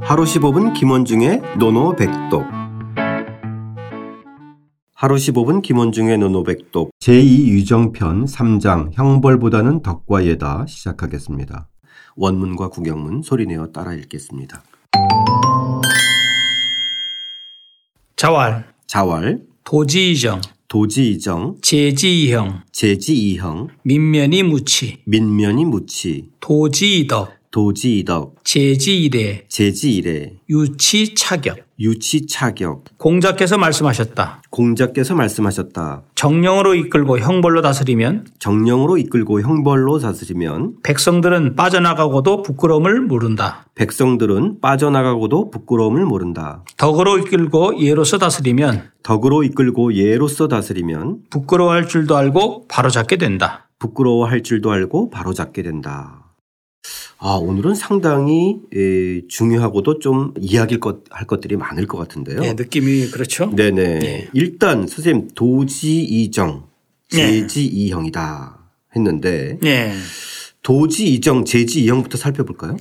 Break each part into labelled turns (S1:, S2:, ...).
S1: 하루 15분 김원중의 노노백독 하루 15분 김원중의 노노백독 제2유정편 3장 형벌보다는 덕과 예다 시작하겠습니다. 원문과 구경문 소리내어 따라 읽겠습니다.
S2: 자왈,
S1: 자왈,
S2: 도지이정,
S1: 도지이정,
S2: 제지이형,
S1: 제지이형,
S2: 민면이 무치,
S1: 민면이 무치,
S2: 도지이덕,
S1: 도지이덕,
S2: 제지이대,
S1: 제지이래,
S2: 유치차격.
S1: 유치차격,
S2: 공자께서 말씀하셨다.
S1: 공자께서 말씀하셨다.
S2: 정령으로 이끌고 형벌로 다스리면
S1: 정령으로 이끌고 형벌로 다스리면
S2: 백성들은 빠져나가고도 부끄러움을 모른다.
S1: 백성들은 빠져나가고도 부끄러움을 모른다.
S2: 덕으로 이끌고 예로서 다스리면
S1: 덕으로 이끌고 예로써 다스리면
S2: 부끄러워할 줄도 알고 바로잡게 된다.
S1: 부끄러워할 줄도 알고 바로잡게 된다. 아, 오늘은 상당히 에, 중요하고도 좀 이야기할 것, 할 것들이 많을 것 같은데요.
S2: 느낌이 그렇죠.
S1: 네네.
S2: 예.
S1: 일단 선생님 도지이정
S2: 네.
S1: 제지이형이다 했는데
S2: 네.
S1: 도지이정 제지이형부터 살펴볼까요?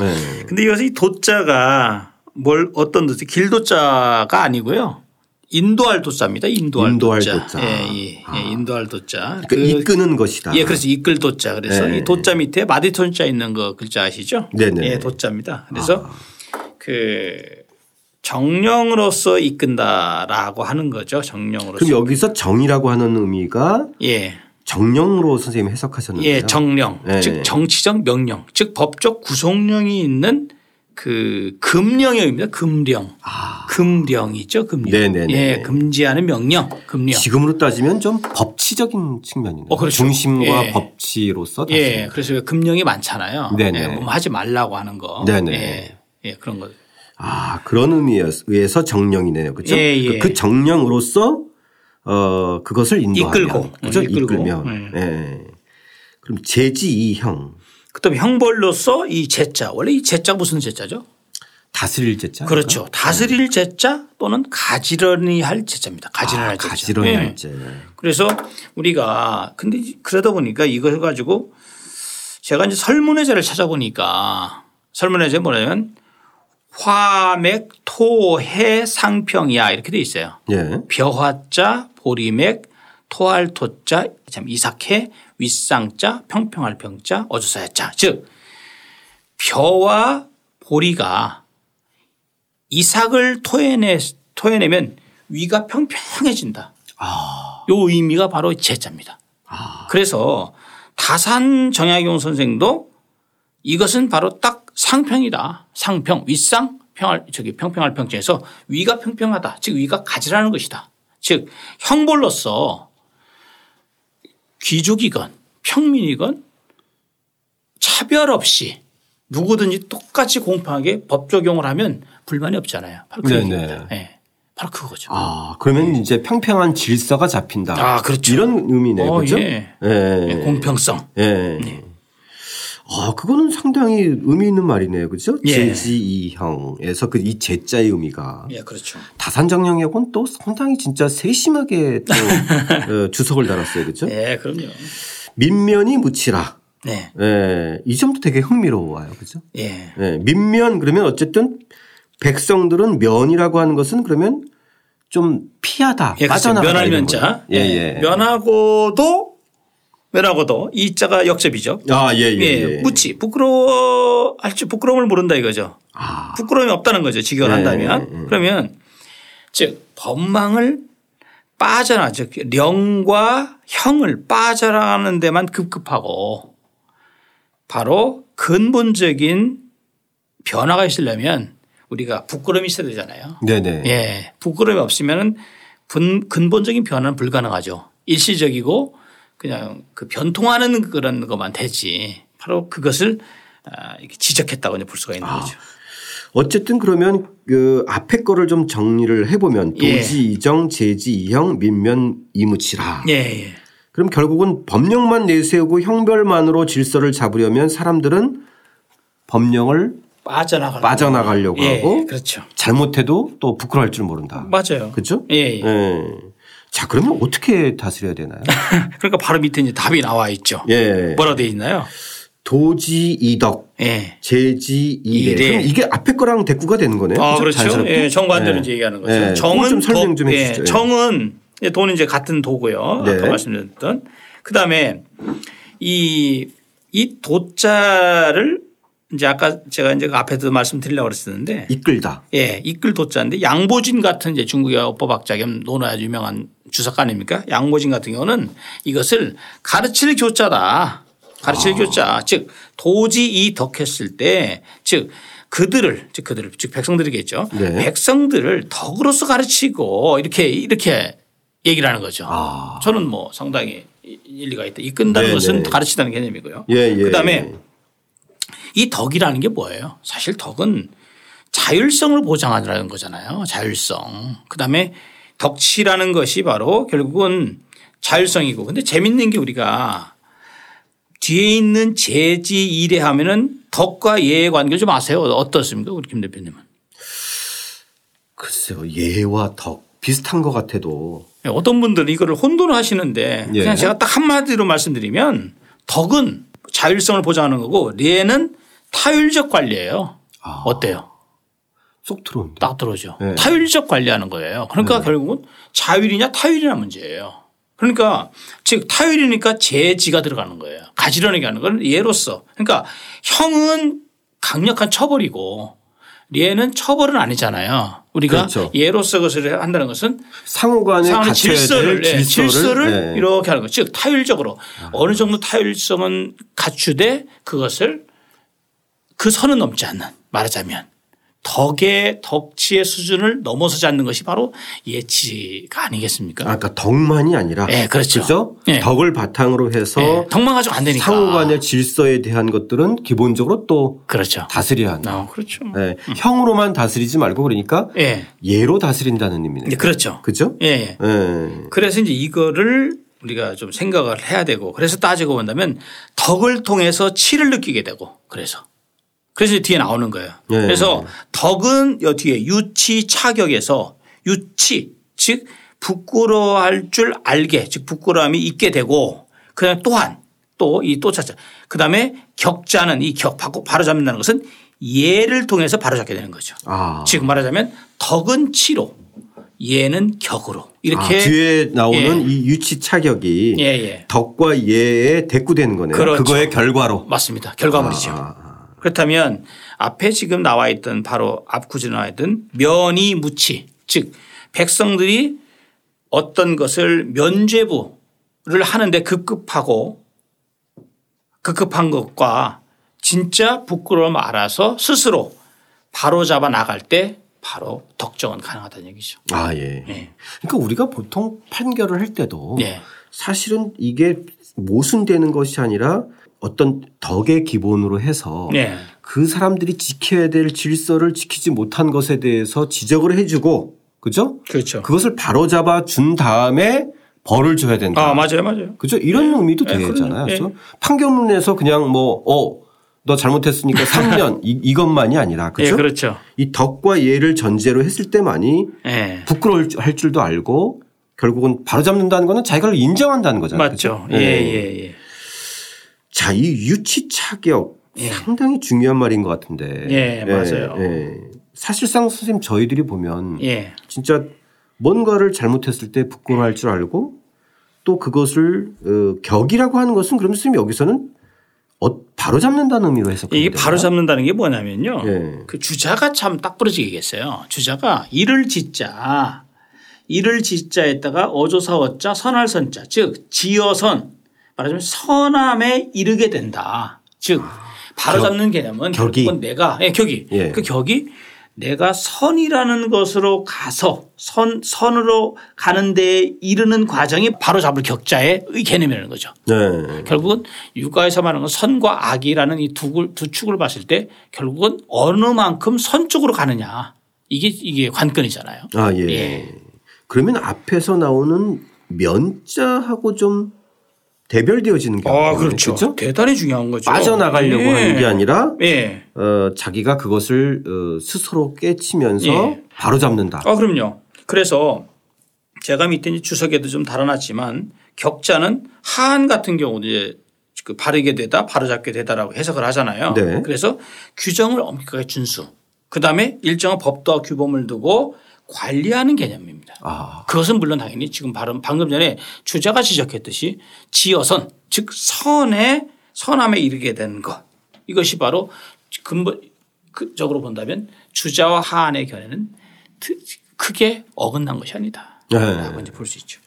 S1: 네.
S2: 근데 이것은 이 도자가 뭘 어떤 도자 길도자가 아니고요. 인도할 도자입니다. 인도할,
S1: 인도할
S2: 도자.
S1: 도자.
S2: 예, 예, 예,
S1: 아.
S2: 인도할 도자.
S1: 그 이끄는 것이다.
S2: 예, 그래서 이끌 도자. 그래서
S1: 네.
S2: 이 도자 밑에 마디톤자 있는 거 글자 아시죠?
S1: 네네. 아.
S2: 예, 도자입니다. 그래서 그 정령으로서 이끈다라고 하는 거죠. 정령으로서.
S1: 그럼 여기서 정이라고 하는 의미가
S2: 예.
S1: 정령으로 선생님 해석하셨는데요.
S2: 예, 정령,
S1: 네.
S2: 즉 정치적 명령, 즉 법적 구속령이 있는 그 금령입니다. 금령,
S1: 아.
S2: 금령이죠. 금령.
S1: 네네네.
S2: 예, 금지하는 명령, 금령.
S1: 지금으로 따지면 좀 법치적인 측면이네요.
S2: 어, 그렇죠.
S1: 중심과
S2: 예.
S1: 법치로서 다시.
S2: 예, 그래서 왜 금령이 많잖아요.
S1: 네네.
S2: 예, 뭐 하지 말라고 하는 거.
S1: 네네.
S2: 예, 예, 그런 거.
S1: 아 그런 의미에서 정령이네요. 그렇죠?
S2: 예, 예.
S1: 그 정령으로서 어 그것을 인도하면
S2: 이끌고.
S1: 그죠?
S2: 어, 이끌고.
S1: 이끌면 예. 그럼 제지이형
S2: 그다음에 형벌로서 이 제자, 원래 이 제자 무슨 제자죠?
S1: 다스릴 제자
S2: 그렇죠. 다스릴 제자 또는 가지런히 할 제자입니다. 가지런히 할 제자.
S1: 아, 가지런히
S2: 예.
S1: 할 제.
S2: 그래서 우리가 근데 그러다 보니까 이거 해가지고 제가 이제 설문회제를 찾아보니까 설문회제 뭐냐면 화맥 토해 상평이야 이렇게 돼 있어요.
S1: 예.
S2: 벼화자 보리맥 토할토자 참 이삭해 윗상자 평평할 평자 어조사야자 즉 벼와 보리가 이삭을 토해내 토해내면 위가 평평해진다. 요 의미가 바로 제자입니다. 그래서 다산 정약용 선생도 이것은 바로 딱 상평이다. 상평, 윗상, 평할, 저기 평평할 평정에서 위가 평평하다. 즉 위가 가지라는 것이다. 즉 형벌로서 귀족이건 평민이건 차별 없이 누구든지 똑같이 공평하게 법 적용을 하면 불만이 없잖아요. 바로 그
S1: 네네.
S2: 얘기입니다. 예. 바로 그거죠.
S1: 아 그러면 이제 평평한 질서가 잡힌다.
S2: 예. 아, 그렇죠.
S1: 이런 의미네요.
S2: 어,
S1: 그렇죠?
S2: 예.
S1: 예.
S2: 예, 공평성.
S1: 예.
S2: 네.
S1: 아, 그거는 상당히 의미 있는 말이네요. 그죠?
S2: 예.
S1: 제지이형에서 그 이 제자의 의미가
S2: 예, 그렇죠.
S1: 다산정령하고는 또 상당히 진짜 세심하게 또 어, 주석을 달았어요. 그죠?
S2: 예, 그럼요.
S1: 민면이 묻히라.
S2: 네.
S1: 예. 이 점도 되게 흥미로워요. 그죠?
S2: 예.
S1: 예. 민면 그러면 어쨌든 백성들은 면이라고 하는 것은 그러면 좀 피하다.
S2: 예, 그렇죠.
S1: 빠져나가다.
S2: 면할
S1: 이런
S2: 면자.
S1: 거죠. 예, 예.
S2: 면하고도 면하고도 이 자가 역접이죠.
S1: 아, 예,
S2: 예,
S1: 예. 예.
S2: 묻지 부끄러워 할지 부끄러움을 모른다 이거죠.
S1: 아,
S2: 부끄러움이 없다는 거죠. 직연한다면
S1: 예, 예, 예.
S2: 그러면 즉 법망을 빠져나 즉 령과 형을 빠져나가는 데만 급급하고 바로 근본적인 변화가 있으려면 우리가 부끄러움이 있어야 되잖아요.
S1: 네네.
S2: 예. 부끄러움이 없으면은 분- 근본적인 변화는 불가능하죠. 일시적이고 그냥 그 변통하는 그런 것만 되지. 바로 그것을 아, 이렇게 지적했다고 이제 볼 수가 있는
S1: 아.
S2: 거죠.
S1: 어쨌든 그러면 그 앞에 거를 좀 정리를 해보면
S2: 예.
S1: 도지이정, 제지이형, 민면 이무치라.
S2: 예, 예.
S1: 그럼 결국은 법령만 내세우고 형별만으로 질서를 잡으려면 사람들은 법령을
S2: 빠져나가려고.
S1: 빠져나가려고
S2: 예,
S1: 하고
S2: 그렇죠.
S1: 잘못해도 또 부끄러워할 줄 모른다.
S2: 맞아요.
S1: 그죠?
S2: 예, 예.
S1: 예. 자, 그러면 어떻게 다스려야 되나요?
S2: 그러니까 바로 밑에 이제 답이 나와 있죠.
S1: 예.
S2: 뭐라 돼 있나요?
S1: 도지이덕,
S2: 예.
S1: 제지이례.
S2: 이례.
S1: 그럼 이게 앞에 거랑 대꾸가 되는 거네요.
S2: 아,
S1: 그죠?
S2: 그렇죠.
S1: 자연스럽게?
S2: 예, 정반대로
S1: 예.
S2: 이제 얘기하는 거죠.
S1: 예, 그거
S2: 정은
S1: 좀 설명
S2: 도-
S1: 좀 해주시죠.
S2: 예,
S1: 예.
S2: 정은 이제 돈은 이제 같은 도고요.
S1: 네.
S2: 아까 말씀드렸던. 그다음에 이 이 도자를 이제 아까 제가 이제 그 앞에도 말씀드리려고 그랬었는데
S1: 이끌다.
S2: 예, 이끌 도자인데 양보진 같은 이제 중국의 어법학자 겸 논어의 유명한 주석 아닙니까? 양보진 같은 경우는 이것을 가르칠
S1: 아.
S2: 교자다. 가르칠 교자. 즉 도지이 덕했을 때 즉 그들을 즉 그들을 즉 백성들이겠죠.
S1: 네.
S2: 백성들을 덕으로서 가르치고 이렇게 이렇게 얘기를 하는 거죠.
S1: 아.
S2: 저는 뭐 상당히 이- 일리가 있다. 이끈다는
S1: 네네.
S2: 것은 가르치다는 개념이고요.
S1: 예, 예.
S2: 그다음에 이 덕이라는 게 뭐예요? 사실 덕은 자율성을 보장하라는 거잖아요. 자율성. 그다음에 덕치라는 것이 바로 결국은 자율성이고 근데 재밌는 게 우리가 뒤에 있는 재지 이래 하면은 덕과 예의 관계를 좀 아세요? 어떻습니까? 우리 김 대표님은.
S1: 글쎄요. 예와 덕 비슷한 것 같아도
S2: 예, 어떤 분들은 이거를 혼돈하시는데 을 그냥
S1: 예.
S2: 제가 딱 한마디로 말씀드리면 덕은 자율성을 보장하는 거고 예는 타율적 관리예요.
S1: 아.
S2: 어때요?
S1: 쏙 들어온다.
S2: 딱 들어오죠.
S1: 네.
S2: 타율적 관리하는 거예요. 그러니까 결국은 자율이냐 타율이냐 문제예요. 그러니까 즉 타율이니까 제지가 들어가는 거예요. 가지런히 가는 건 예로서. 그러니까 형은 강력한 처벌이고 예는 처벌은 아니잖아요. 우리가
S1: 그렇죠.
S2: 예로서 그것을 한다는 것은
S1: 상호간에
S2: 상황의
S1: 갖춰야
S2: 질서를,
S1: 될
S2: 예,
S1: 질서를,
S2: 질서를,
S1: 예.
S2: 이렇게 하는 거. 즉 타율적으로 어느 정도 타율성은 갖추되 그것을 그 선은 넘지 않는 말하자면 덕의 덕치의 수준을 넘어서지 않는 것이 바로 예치가 아니겠습니까?
S1: 아까 그러니까 덕만이 아니라
S2: 예, 그렇죠.
S1: 그죠?
S2: 예.
S1: 덕을 바탕으로 해서
S2: 예, 덕만 가지고 안 되니까.
S1: 네. 상호간의 질서에 대한 것들은 기본적으로 또
S2: 그렇죠.
S1: 다스려야 한다.
S2: 어, 그렇죠.
S1: 예. 형으로만 다스리지 말고 그러니까
S2: 예,
S1: 예로 다스린다는 의미네요.
S2: 네, 그렇죠.
S1: 그죠?
S2: 예, 예.
S1: 예.
S2: 그래서 이제 이거를 우리가 좀 생각을 해야 되고 그래서 따지고 본다면 덕을 통해서 치를 느끼게 되고 그래서 그래서 이제 뒤에 나오는 거예요.
S1: 네.
S2: 그래서 덕은 여 뒤에 유치 차격에서 유치 즉 부끄러워할 줄 알게 즉 부끄러움이 있게 되고 그다음 또한 또 이 또 차차 그다음에 격자는 이 격 바로 잡는다는 것은 예를 통해서 바로 잡게 되는 거죠.
S1: 아.
S2: 즉 말하자면 덕은 치로 예는 격으로 이렇게
S1: 아, 뒤에 나오는
S2: 예.
S1: 이 유치 차격이
S2: 예, 예.
S1: 덕과 예에 대꾸되는 거네요.
S2: 그렇죠.
S1: 거의 결과로.
S2: 맞습니다. 결과물이죠.
S1: 아,
S2: 그렇다면 앞에 지금 나와 있던 바로 앞 구절에 나와 있던 면이 무치 즉 백성들이 어떤 것을 면죄부를 하는데 급급하고 급급한 것과 진짜 부끄러움 알아서 스스로 바로 잡아 나갈 때 바로 덕정은 가능하다는 얘기죠.
S1: 아, 예.
S2: 예.
S1: 그러니까 우리가 보통 판결을 할 때도
S2: 예.
S1: 사실은 이게 모순되는 것이 아니라 어떤 덕의 기본으로 해서
S2: 예.
S1: 그 사람들이 지켜야 될 질서를 지키지 못한 것에 대해서 지적을 해주고 그죠?
S2: 그렇죠.
S1: 그것을 바로잡아 준 다음에 벌을 줘야 된다.
S2: 아, 맞아요. 맞아요.
S1: 그죠? 이런 의미도
S2: 예,
S1: 되잖아요.
S2: 그럼요. 예.
S1: 그래서 판결문에서 그냥 뭐, 어, 너 잘못했으니까 3년 이, 이것만이 아니라
S2: 예,
S1: 그죠?
S2: 그렇죠.
S1: 이 덕과 예를 전제로 했을 때만이
S2: 예.
S1: 부끄러울 줄- 할 줄도 알고 결국은 바로잡는다는 거는 자기를 인정한다는 거잖아요.
S2: 맞죠.
S1: 그죠? 네.
S2: 예, 예, 예.
S1: 자, 이 유치 차격 상당히 중요한 말인 것 같은데.
S2: 예, 맞아요.
S1: 예. 사실상 선생님 저희들이 보면
S2: 예.
S1: 진짜 뭔가를 잘못했을 때 부끄러워할 줄 알고 또 그것을 어, 격이라고 하는 것은 그럼 선생님 여기서는 어, 바로 잡는다는 의미로 해석해요.
S2: 이게 바로 잡는다는 게 뭐냐면요.
S1: 예.
S2: 그 주자가 참 딱 부러지게 얘기했어요. 주자가 이를 짓자. 이를 짓자에다가 어조사어자 선할선자 즉 지어선 말하자면 선함에 이르게 된다. 즉 바로 잡는 개념은
S1: 격이.
S2: 결국은 내가 예, 격이
S1: 예.
S2: 그 격이 내가 선이라는 것으로 가서 선 선으로 가는 데에 이르는 과정이 바로 잡을 격자의 개념이라는 거죠.
S1: 네.
S2: 결국은 육아에서 말하는 건 선과 악이라는 이 두 축을 봤을 때 결국은 어느 만큼 선 쪽으로 가느냐 이게 이게 관건이잖아요.
S1: 아, 예.
S2: 예.
S1: 그러면 앞에서 나오는 면자하고 좀 대별되어지는 게
S2: 대단히 중요한 거죠.
S1: 아, 그렇죠. 빠져나가려고
S2: 아, 그렇죠. 예.
S1: 하는 게 아니라
S2: 예.
S1: 어, 자기가 그것을 어, 스스로 깨치면서
S2: 예.
S1: 바로 잡는다.
S2: 아 그럼요. 그래서 제가 밑에 이제 주석에도 좀 달아놨지만 격자는 하한 같은 경우도 이제 그 바르게 되다 바로잡게 되다라고 해석을 하잖아요.
S1: 네.
S2: 그래서 규정을 엄격하게 준수. 그다음에 일정한 법도와 규범을 두고 관리하는 개념입니다.
S1: 아,
S2: 그것은 물론 당연히 지금 발언 방금 전에 주자가 지적했듯이 지어선 즉 선에 선함에 이르게 된 것. 이것이 바로 근본적으로 본다면 주자와 하안의 견해는 트- 크게 어긋난 것이 아니다.
S1: 네.
S2: 라고 이제 볼 수 있죠.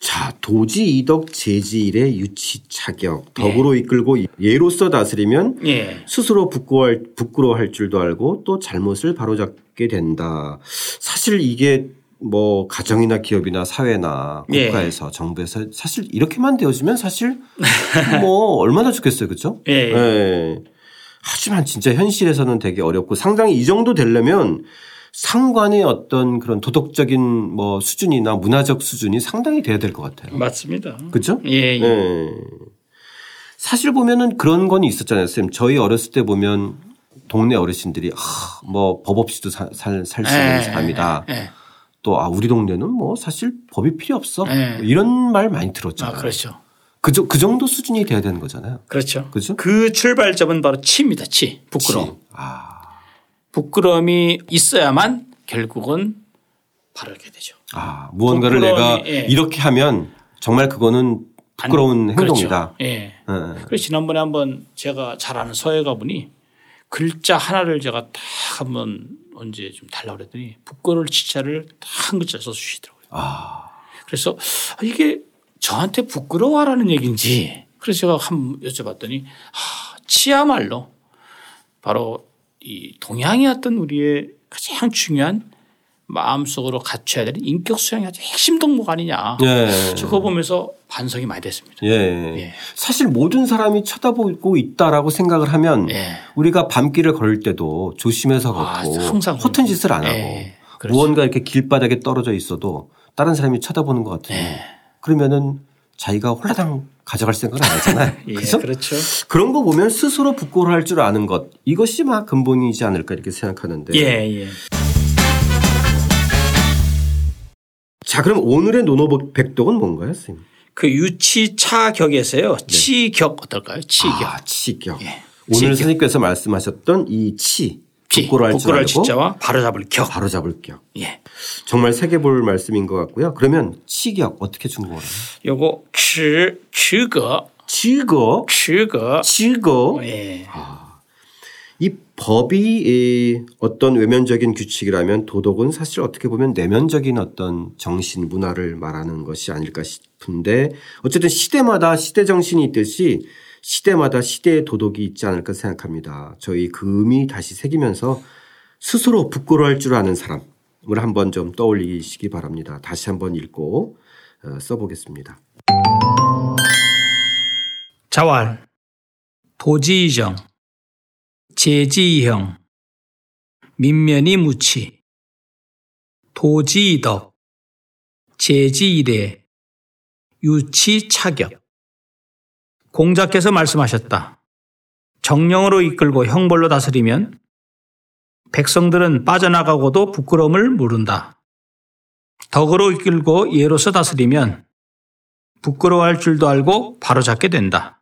S1: 자 도지 이덕 제지일의 유치 차격 덕으로 이끌고 예로서 다스리면
S2: 예.
S1: 스스로 부끄러워할, 부끄러워할 줄도 알고 또 잘못을 바로잡게 된다. 사실 이게 뭐 가정이나 기업이나 사회나
S2: 예.
S1: 국가에서 정부에서 사실 이렇게만 되어지면 사실 뭐 얼마나 좋겠어요, 그렇죠?
S2: 예.
S1: 하지만 진짜 현실에서는 되게 어렵고 상당히 이 정도 되려면 상관의 어떤 그런 도덕적인 뭐 수준이나 문화적 수준이 상당히 돼야 될 것 같아요.
S2: 맞습니다.
S1: 그렇죠?
S2: 예, 예.
S1: 예. 사실 보면은 그런 건 있었잖아요, 쌤. 저희 어렸을 때 보면 동네 어르신들이 아, 뭐법 없이도 살 수 있는
S2: 예,
S1: 사람이다.
S2: 예.
S1: 또 아, 우리 동네는 뭐 사실 법이 필요 없어.
S2: 예.
S1: 뭐 이런 말 많이
S2: 아,
S1: 들었잖아요.
S2: 그렇죠.
S1: 그, 저- 그 정도 수준이 돼야 되는 거잖아요.
S2: 그렇죠.
S1: 그죠?
S2: 그 출발점은 바로 치입니다. 치. 부끄러움.
S1: 아,
S2: 부끄러움이 있어야만 결국은 바르게 되죠.
S1: 아, 무언가를
S2: 부끄러움이,
S1: 내가
S2: 예.
S1: 이렇게 하면 정말 그거는
S2: 안-
S1: 부끄러운 네, 행동이다.
S2: 그렇죠. 예.
S1: 예.
S2: 그래서 지난번에 한번 제가 잘 아는 서예가 분이 글자 하나를 제가 딱 한번 언제 좀 달라고 그랬더니 부끄러울 치자를 딱 한 글자 써 주시더라고요.
S1: 아,
S2: 그래서 아, 이게 저한테 부끄러워하라는 얘기인지 그래서 제가 한번 여쭤봤더니 아, 치야말로 바로 이 동양이었던 우리의 가장 중요한 마음속으로 갖춰야 되는 인격 수양의 아주 핵심 덕목 아니냐.
S1: 예.
S2: 저거 보면서 반성이 많이 됐습니다.
S1: 예.
S2: 예.
S1: 사실 모든 사람이 쳐다보고 있다라고 생각을 하면
S2: 예.
S1: 우리가 밤길을 걸을 때도 조심해서
S2: 아,
S1: 걷고
S2: 항상
S1: 허튼 짓을 안 하고
S2: 예, 그렇죠.
S1: 무언가 이렇게 길바닥에 떨어져 있어도 다른 사람이 쳐다보는 것 같으면
S2: 예.
S1: 그러면은 자기가 홀라당 가져갈 생각은 안 하잖아요.
S2: 예,
S1: 그래서
S2: 그렇죠.
S1: 그런 거 보면 스스로 부끄러워할 줄 아는 것 이것이 막 근본이지 않을까 이렇게 생각하는데
S2: 예, 예.
S1: 자 그럼 오늘의 노노백독은 뭔가요, 선생님?
S2: 그 유치 차격에서요. 치격 어떨까요? 치격.
S1: 네. 아, 치격.
S2: 예.
S1: 오늘
S2: 치격.
S1: 선생님께서 말씀하셨던 이 치
S2: 치.
S1: 부끄러워할 줄
S2: 부끄러울
S1: 알고
S2: 치자와 바로 잡을 격.
S1: 바로 잡을 격.
S2: 예.
S1: 정말 새겨볼 말씀인 것 같고요. 그러면 치격 어떻게 중국어로? 해요?
S2: 요거 치, 치거,
S1: 치거
S2: 치거.
S1: 치거
S2: 예.
S1: 아. 이 법이 이 어떤 외면적인 규칙이라면 도덕은 사실 어떻게 보면 내면적인 어떤 정신 문화를 말하는 것이 아닐까 싶은데 어쨌든 시대마다 시대 정신이 있듯이 시대마다 시대의 도덕이 있지 않을까 생각합니다. 저희 금이 다시 새기면서 스스로 부끄러워할 줄 아는 사람을 한번 좀 떠올리시기 바랍니다. 다시 한번 읽고 어, 써보겠습니다.
S2: 자활, 도지이정, 제지이형, 민면이 무치, 도지이덕, 제지이례, 유치차격. 공자께서 말씀하셨다. 정령으로 이끌고 형벌로 다스리면 백성들은 빠져나가고도 부끄러움을 모른다. 덕으로 이끌고 예로서 다스리면 부끄러워할 줄도 알고 바로잡게 된다.